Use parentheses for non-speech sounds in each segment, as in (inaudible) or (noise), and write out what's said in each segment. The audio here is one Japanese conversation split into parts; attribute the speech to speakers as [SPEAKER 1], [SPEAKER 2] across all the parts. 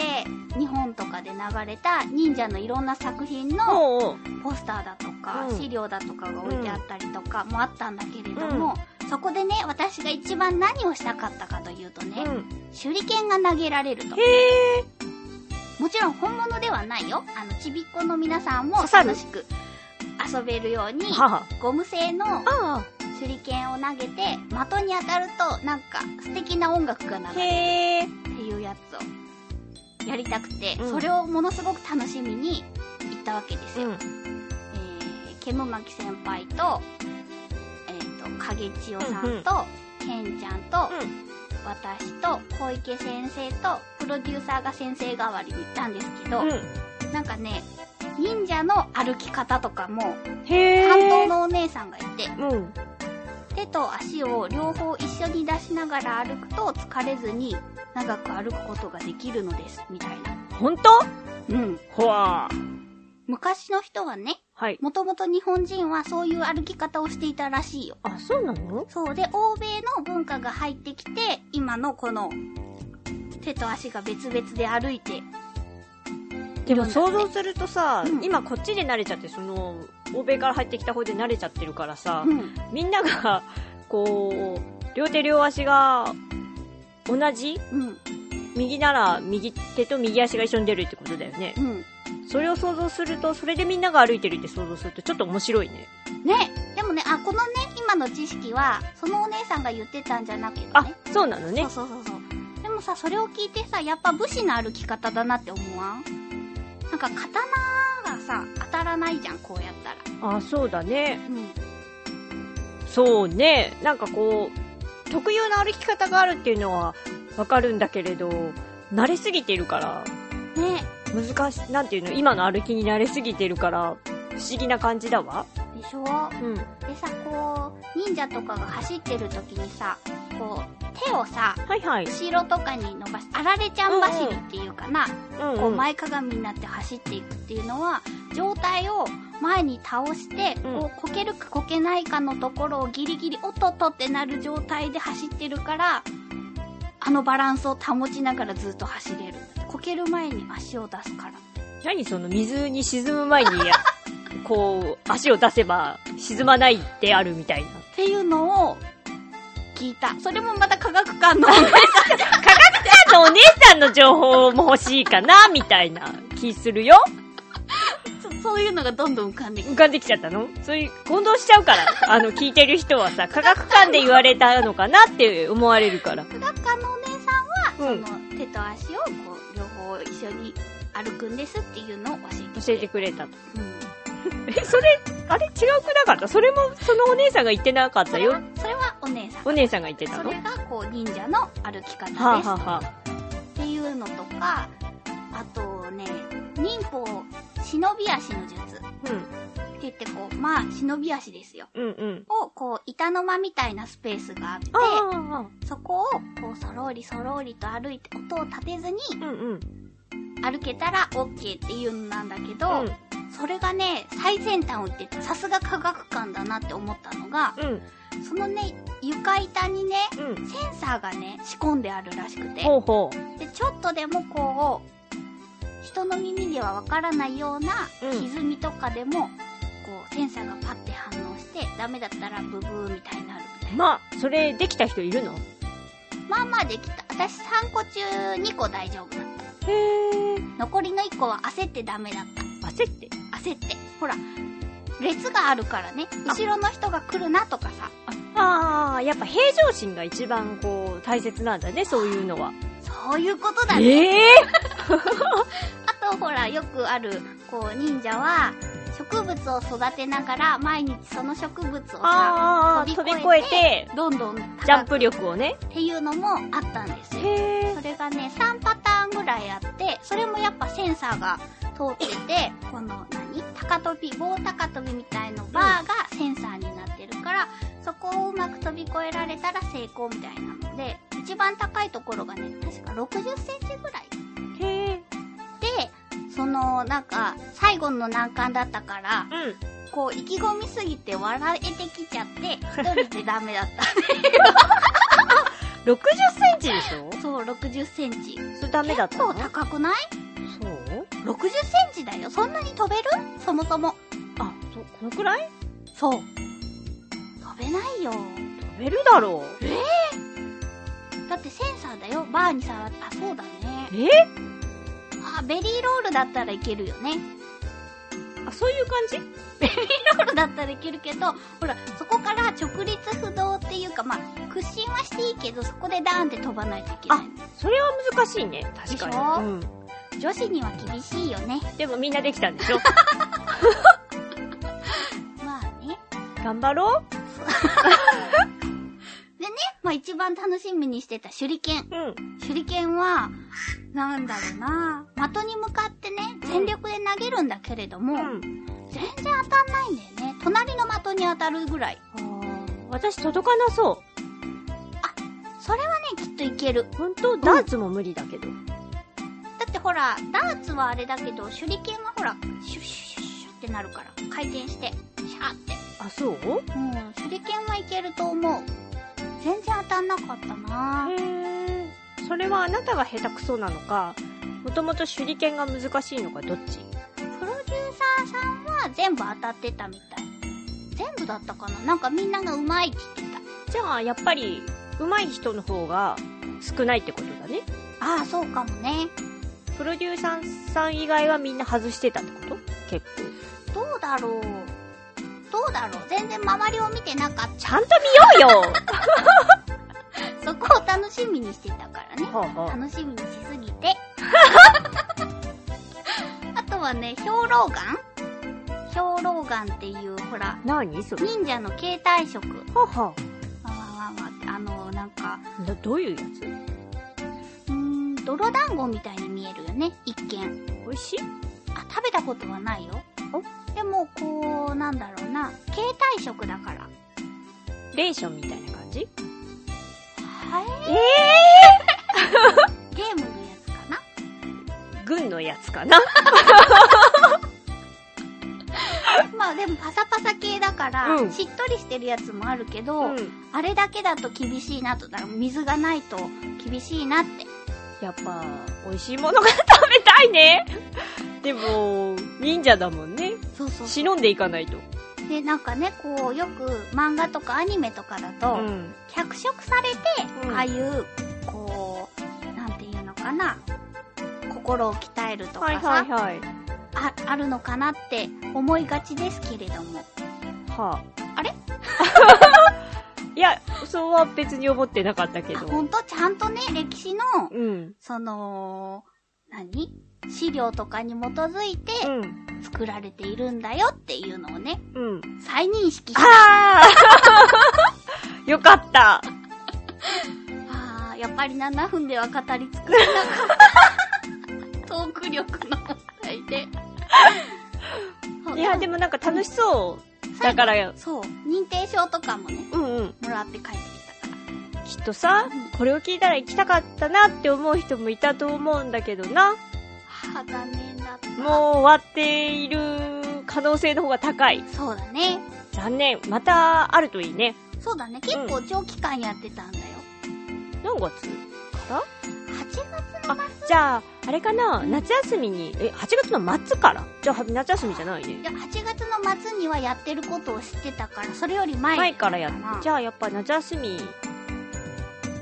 [SPEAKER 1] 日本とかで流れた忍者のいろんな作品の
[SPEAKER 2] おうおう。
[SPEAKER 1] ポスターだとか、
[SPEAKER 2] うん
[SPEAKER 1] 資料だとかが置いてあったりとかもあったんだけれども、そこでね、私が一番何をしたかったかというと
[SPEAKER 2] う
[SPEAKER 1] ね、
[SPEAKER 2] ん。
[SPEAKER 1] 手裏剣が投げられると
[SPEAKER 2] へ。え。
[SPEAKER 1] もちろん本物ではないよ。あの、ちびっこの皆さんも
[SPEAKER 2] 刺さる
[SPEAKER 1] 楽しく遊べるように、
[SPEAKER 2] はは。
[SPEAKER 1] ゴム製の
[SPEAKER 2] あ
[SPEAKER 1] 手裏剣を投げて、的に当たると、なんか素敵な音楽が流
[SPEAKER 2] あ。
[SPEAKER 1] れる
[SPEAKER 2] へえ。
[SPEAKER 1] っていうやつをやりたくて、
[SPEAKER 2] うん
[SPEAKER 1] それをものすごく楽しみに行ったわけです
[SPEAKER 2] う
[SPEAKER 1] よ。
[SPEAKER 2] ん。
[SPEAKER 1] えー、ケムマキ先輩と、えっ、ー、と、影千代さんと、
[SPEAKER 2] うんうん
[SPEAKER 1] ケンちゃんと、
[SPEAKER 2] うん
[SPEAKER 1] 私と、小池先生と、プロデューサーが先生代わりに行ったんですけど、
[SPEAKER 2] うん。
[SPEAKER 1] なんかね、忍者の歩き方とかも、
[SPEAKER 2] へえ。
[SPEAKER 1] 担当のお姉さんがいて、
[SPEAKER 2] うん。
[SPEAKER 1] 手と足を両方一緒に出しながら歩くと疲れずに長く歩くことができるのです、みたいな。
[SPEAKER 2] ほんと
[SPEAKER 1] うん。
[SPEAKER 2] ほわ
[SPEAKER 1] 昔の人はね、
[SPEAKER 2] はい。
[SPEAKER 1] もともと日本人はそういう歩き方をしていたらしいよ。
[SPEAKER 2] あ、そうなの
[SPEAKER 1] そうで、欧米の文化が入ってきて、今のこの手と足が別々で歩いて、
[SPEAKER 2] でも想像するとさ、
[SPEAKER 1] うん
[SPEAKER 2] 今こっちで慣れちゃって、その、欧米から入ってきた方で慣れちゃってるからさ、
[SPEAKER 1] うん。
[SPEAKER 2] みんなが、こう、両手両足が、同じ
[SPEAKER 1] うん。
[SPEAKER 2] 右なら右手と右足が一緒に出るってことだよね
[SPEAKER 1] う。ん。
[SPEAKER 2] それを想像すると、それでみんなが歩いてるって想像すると、ちょっと面白いね。
[SPEAKER 1] ね、でもね、あ、このね、今の知識は、そのお姉さんが言ってたんじゃなくてね。
[SPEAKER 2] あ、そうなのね。
[SPEAKER 1] そうそうそうそう。でもさ、それを聞いてさ、やっぱ武士の歩き方だなって思わんなんか刀がさ、当たらないじゃん、こうやったら。
[SPEAKER 2] あ、そうだね。
[SPEAKER 1] うん。
[SPEAKER 2] そうね。なんかこう、特有な歩き方があるっていうのはわかるんだけれど、慣れすぎてるから、
[SPEAKER 1] ね
[SPEAKER 2] 難し、なんていうの、今の歩きに慣れすぎてるから、不思議な感じだわ。
[SPEAKER 1] でしょ
[SPEAKER 2] うん。
[SPEAKER 1] でさ、こう、忍者とかが走ってる時にさ、こう、手をさ、
[SPEAKER 2] はいはい。
[SPEAKER 1] 後ろとかに伸ばし、あられちゃん走りっていうかな、
[SPEAKER 2] うん、
[SPEAKER 1] こう前かがみになって走っていくっていうのは、上体を前に倒して、
[SPEAKER 2] うん
[SPEAKER 1] こう、こけるかこけないかのところをギリギリ、おっとっとってなる状態で走ってるから、あのバランスを保ちながらずっと走れる。こける前に足を出すから。
[SPEAKER 2] 何その水に沈む前に (laughs) や、こう、足を出せば沈まないであるみたいな。
[SPEAKER 1] っていうのを、聞いた。それもまた科学館
[SPEAKER 2] (laughs)
[SPEAKER 1] の
[SPEAKER 2] あのお姉さんの情報も欲しいかな、みたいな気するよ。
[SPEAKER 1] そ、そういうのがどんどん浮かんできて
[SPEAKER 2] 浮かんできちゃったのそういう、混同しちゃうから。あの、聞いてる人はさ、科学館で言われたのかなって思われるから。
[SPEAKER 1] 科学館のお姉さん
[SPEAKER 2] う
[SPEAKER 1] そ
[SPEAKER 2] ん。
[SPEAKER 1] の手と足をこう両方一緒に歩くんですっていうのを教えて
[SPEAKER 2] 教えてくれたと。
[SPEAKER 1] くれる、
[SPEAKER 2] え、それ、あれ違うくなかったそれも、そのお姉さんが言ってなかっ
[SPEAKER 1] うん、そ
[SPEAKER 2] た
[SPEAKER 1] れ
[SPEAKER 2] よ
[SPEAKER 1] は。それはお姉さん
[SPEAKER 2] お姉さんが言ってた
[SPEAKER 1] そ
[SPEAKER 2] の
[SPEAKER 1] れがこう忍者の歩き方
[SPEAKER 2] はあ、
[SPEAKER 1] です
[SPEAKER 2] はあはあ、
[SPEAKER 1] っていうのとかあとね、忍法、忍び足の術って言ってこう、まあ、忍び足ですよ。
[SPEAKER 2] うん、うん、うん。
[SPEAKER 1] を、こう、板の間みたいなスペースがあって、
[SPEAKER 2] あ
[SPEAKER 1] そこを、こう、そろりそろりと歩いて、音を立てずに
[SPEAKER 2] あ、うん、うん。
[SPEAKER 1] 歩けたら OK っていうのなんだけど、
[SPEAKER 2] うん
[SPEAKER 1] それがね、最先端を言ってて、さすが科学館だなって思ったのが、
[SPEAKER 2] うん、
[SPEAKER 1] そのね、床板にね、
[SPEAKER 2] うん。
[SPEAKER 1] センサーがね、仕込んであるらしくて、
[SPEAKER 2] ほうほ
[SPEAKER 1] でちょっとでもこう人の耳ではわからないような
[SPEAKER 2] うん
[SPEAKER 1] 歪みとかでも、こうセンサーがパッて反応してダメだったらブブーみたいになるみた
[SPEAKER 2] う。
[SPEAKER 1] いな
[SPEAKER 2] まあ、それできた人いるの
[SPEAKER 1] まあまあできた私3個中2個大丈夫だっ
[SPEAKER 2] へえ。
[SPEAKER 1] た残りの1個は焦ってダメだった
[SPEAKER 2] 焦って。
[SPEAKER 1] 焦ってほら列があるからね
[SPEAKER 2] あ
[SPEAKER 1] 後ろの人が来るなとかさ
[SPEAKER 2] ああ、やっぱ平常心が一番こう、大切なんだね、そういうのは。
[SPEAKER 1] そういうことだね
[SPEAKER 2] ええ
[SPEAKER 1] あとほらよくあるこう忍者は植物を育てながら毎日その植物をさ
[SPEAKER 2] ああ、
[SPEAKER 1] 飛
[SPEAKER 2] 飛
[SPEAKER 1] び
[SPEAKER 2] び
[SPEAKER 1] 越
[SPEAKER 2] 越
[SPEAKER 1] えて
[SPEAKER 2] えて、
[SPEAKER 1] どんどん
[SPEAKER 2] ジャ
[SPEAKER 1] 高
[SPEAKER 2] ン
[SPEAKER 1] く
[SPEAKER 2] プ力をね。
[SPEAKER 1] っていうのもあったんですよ。
[SPEAKER 2] へ
[SPEAKER 1] それがね、3パターンぐらいあって、それもやっぱセンサーが通ってて、この何高飛び、棒高飛びみたいのバーがセンサーになってるから、そこをうまく飛び越えられたら成功みたいなので、一番高いところがね、確か60センチぐらい。
[SPEAKER 2] え。へえ。
[SPEAKER 1] で、その、なんか、最後の難関だったから、
[SPEAKER 2] うん。
[SPEAKER 1] こう、意気込みすぎて笑えてきちゃって、一人でダメだっ
[SPEAKER 2] 60センチでしょ
[SPEAKER 1] た。そう、60センチ。
[SPEAKER 2] それダメだっ
[SPEAKER 1] 結
[SPEAKER 2] た
[SPEAKER 1] 構
[SPEAKER 2] の
[SPEAKER 1] 高くない
[SPEAKER 2] そう
[SPEAKER 1] 60センチだよ。そんなに飛べるそもそも。
[SPEAKER 2] あ、そう、このくらい
[SPEAKER 1] そう。飛べないよ。
[SPEAKER 2] 飛べるだろう。
[SPEAKER 1] だってセンサーだよ。バーに触った。あ、そうだね。
[SPEAKER 2] え
[SPEAKER 1] あ、ベリーロールだったらいけるよね。
[SPEAKER 2] あ、そういう感じ
[SPEAKER 1] ロールだったらいけるけど、ほら、そこから直立不動っていうか、まあ、屈伸はしていいけど、そこでダーンって飛ばないといけない。
[SPEAKER 2] それは難しいね。確
[SPEAKER 1] でしょ
[SPEAKER 2] かに。うん。
[SPEAKER 1] 女子には厳しいよね。
[SPEAKER 2] でもみんなできたんで (laughs) しょ
[SPEAKER 1] まあね。
[SPEAKER 2] 頑張ろ
[SPEAKER 1] まあ一番楽しみにしてた手裏剣。
[SPEAKER 2] う。うん。
[SPEAKER 1] 手裏剣は、なんだろうな的に向かってね、全力で投げるんだけれども、
[SPEAKER 2] うん。
[SPEAKER 1] 全然当たんないんだよね。隣の的に当たるぐらい。
[SPEAKER 2] 私届かなそ
[SPEAKER 1] それはね、きっといける。
[SPEAKER 2] う。本当ダーツも無理だけど。
[SPEAKER 1] だってほら、ダーツはあれだけど、手裏剣はほら、シュッシュッシュッシュッってなるから、回転して、シャーって。
[SPEAKER 2] あ、そう
[SPEAKER 1] うん、手裏剣はいけると思う。全然当たんなかったな
[SPEAKER 2] へえ。それはあなたが下手くそなのか、もともと手裏剣が難しいのかどっち
[SPEAKER 1] プロデューサーさんは全部当たってたみたい。全部だったかななんかみんながうまいって言って
[SPEAKER 2] じゃあ、やっぱり、上手い人の方が少ないってことだね。
[SPEAKER 1] た。ああ、そうかもね。
[SPEAKER 2] プロデューサーさん以外はみんな外してたってこと結構。
[SPEAKER 1] どうだろう。どうだろう。全然周りを見てなかっ
[SPEAKER 2] ちゃんと見ようよ
[SPEAKER 1] た。そこを楽しみにしてたからね。
[SPEAKER 2] はあは
[SPEAKER 1] 楽しみにしすぎて。 (laughs) あとはね、兵糧丸兵糧丸っていう、ほら、
[SPEAKER 2] あ、なにそれ
[SPEAKER 1] 忍者の携帯食。
[SPEAKER 2] はあは
[SPEAKER 1] わわわわって、あの、なんか、
[SPEAKER 2] あ。どどういうやつ
[SPEAKER 1] うーん、泥団子みたいに見えるよね、一見。
[SPEAKER 2] 美味しい
[SPEAKER 1] あ、食べたことはないよ。でも、こう、なんだろうな、携帯食だから。
[SPEAKER 2] レーションみたいな感じ
[SPEAKER 1] は
[SPEAKER 2] え
[SPEAKER 1] い。ゲームのやつかな
[SPEAKER 2] え軍のやつかな
[SPEAKER 1] まあでもパサパサ系だから、
[SPEAKER 2] うん
[SPEAKER 1] しっとりしてるやつもあるけど、
[SPEAKER 2] うん。
[SPEAKER 1] あれだけだと厳しいなと、だから水がないと厳しいなって。
[SPEAKER 2] やっぱ、美味しいものが食べたいねでも、忍者だもんね。
[SPEAKER 1] そうそ
[SPEAKER 2] 忍んでいかないと。
[SPEAKER 1] で、なんかね、こう、よく漫画とかアニメとかだ
[SPEAKER 2] う
[SPEAKER 1] と、
[SPEAKER 2] ん。
[SPEAKER 1] 脚色されて、
[SPEAKER 2] うん
[SPEAKER 1] ああいう、こう、なんていうのかな、心を鍛えるとか
[SPEAKER 2] はい
[SPEAKER 1] さ、
[SPEAKER 2] はいはい。
[SPEAKER 1] ああるのかなって思いがちですけれども。
[SPEAKER 2] はあ。
[SPEAKER 1] あれ
[SPEAKER 2] (laughs) いや、そうは別に思ってなかったけ
[SPEAKER 1] あ、
[SPEAKER 2] ど。
[SPEAKER 1] ほんと、ちゃんとね、歴史の、
[SPEAKER 2] うん。
[SPEAKER 1] その、何資料とかに基づいて
[SPEAKER 2] うん。
[SPEAKER 1] 作られているんだよっていうのをね、
[SPEAKER 2] うん。
[SPEAKER 1] 再認識した。
[SPEAKER 2] あ (laughs) あよかった。
[SPEAKER 1] あーやっぱり7分では語り尽くせなかった。トーク
[SPEAKER 2] そう。だから、
[SPEAKER 1] そう。認定証とかもね、
[SPEAKER 2] うんうん。
[SPEAKER 1] もらって帰ってきたか
[SPEAKER 2] きっとさ、これを聞いたら行きたかったなって思う人もいたと思うんだけどな。
[SPEAKER 1] ら。はあ、残念だった。
[SPEAKER 2] もう終わっている可能性の方が高い。
[SPEAKER 1] そうだね。
[SPEAKER 2] 残念。またあるといいね。
[SPEAKER 1] そうだね。結構長期間やってたんだよ。
[SPEAKER 2] 何月から
[SPEAKER 1] 8月
[SPEAKER 2] あ、じゃあ、あれかな夏休みに、え、8月の末からじゃあ、夏休みじゃないね
[SPEAKER 1] い。や8月の末にはやってることを知ってたから、それより前
[SPEAKER 2] 前からやっ
[SPEAKER 1] かな
[SPEAKER 2] て、じゃあやっぱ夏休み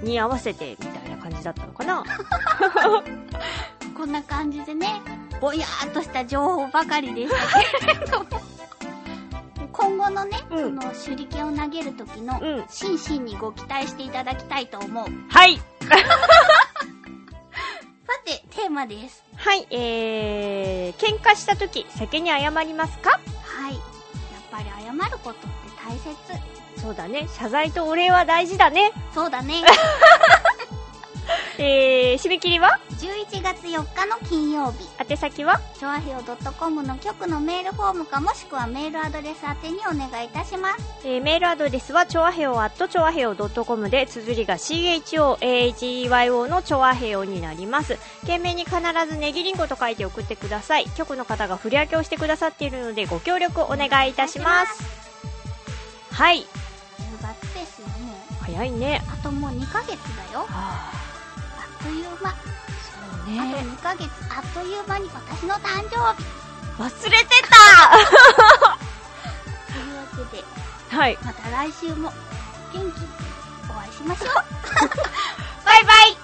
[SPEAKER 2] に合わせてみたいな感じだったのか (laughs) な
[SPEAKER 1] こんな感じでね、ぼやーっとした情報ばかりでしたけれども。 (laughs) 今後のね、
[SPEAKER 2] うん
[SPEAKER 1] その手裏剣を投げる時の、
[SPEAKER 2] うん。
[SPEAKER 1] 真摯にご期待していただきたいと思う。さ
[SPEAKER 2] はい
[SPEAKER 1] て、テーマです。
[SPEAKER 2] はい、えー、喧嘩した時、先に謝りますか
[SPEAKER 1] はい。やっぱり謝ることって大切。
[SPEAKER 2] そうだね。謝罪とお礼は大事だね。
[SPEAKER 1] そうだ
[SPEAKER 2] (laughs)
[SPEAKER 1] ね。
[SPEAKER 2] えー、締め切りは
[SPEAKER 1] 11月4日の金曜日、
[SPEAKER 2] 宛先は
[SPEAKER 1] チョアヘオ .com の局のメールフォームかもしくはメールアドレス宛てにお願いいたします。
[SPEAKER 2] えーメールアドレスは、ちょわへお at ちょわへお .com で、綴りが CHOAHEYO のちょわへおになります。懸命に必ずねぎりんごと書いて送ってください。局の方が振り分けをしてくださっているので、ご協力お願いいたします。はい。
[SPEAKER 1] 10月ですよ、もう。
[SPEAKER 2] 早いね。
[SPEAKER 1] あともう2ヶ月だよ。
[SPEAKER 2] あ
[SPEAKER 1] あっという間。
[SPEAKER 2] あ、そう
[SPEAKER 1] あと
[SPEAKER 2] ね。
[SPEAKER 1] 2ヶ月、あっという間に私の誕生日。
[SPEAKER 2] 忘れてた
[SPEAKER 1] というわけで、
[SPEAKER 2] はい。
[SPEAKER 1] また来週も元気にお会いしましょう。
[SPEAKER 2] バイバイ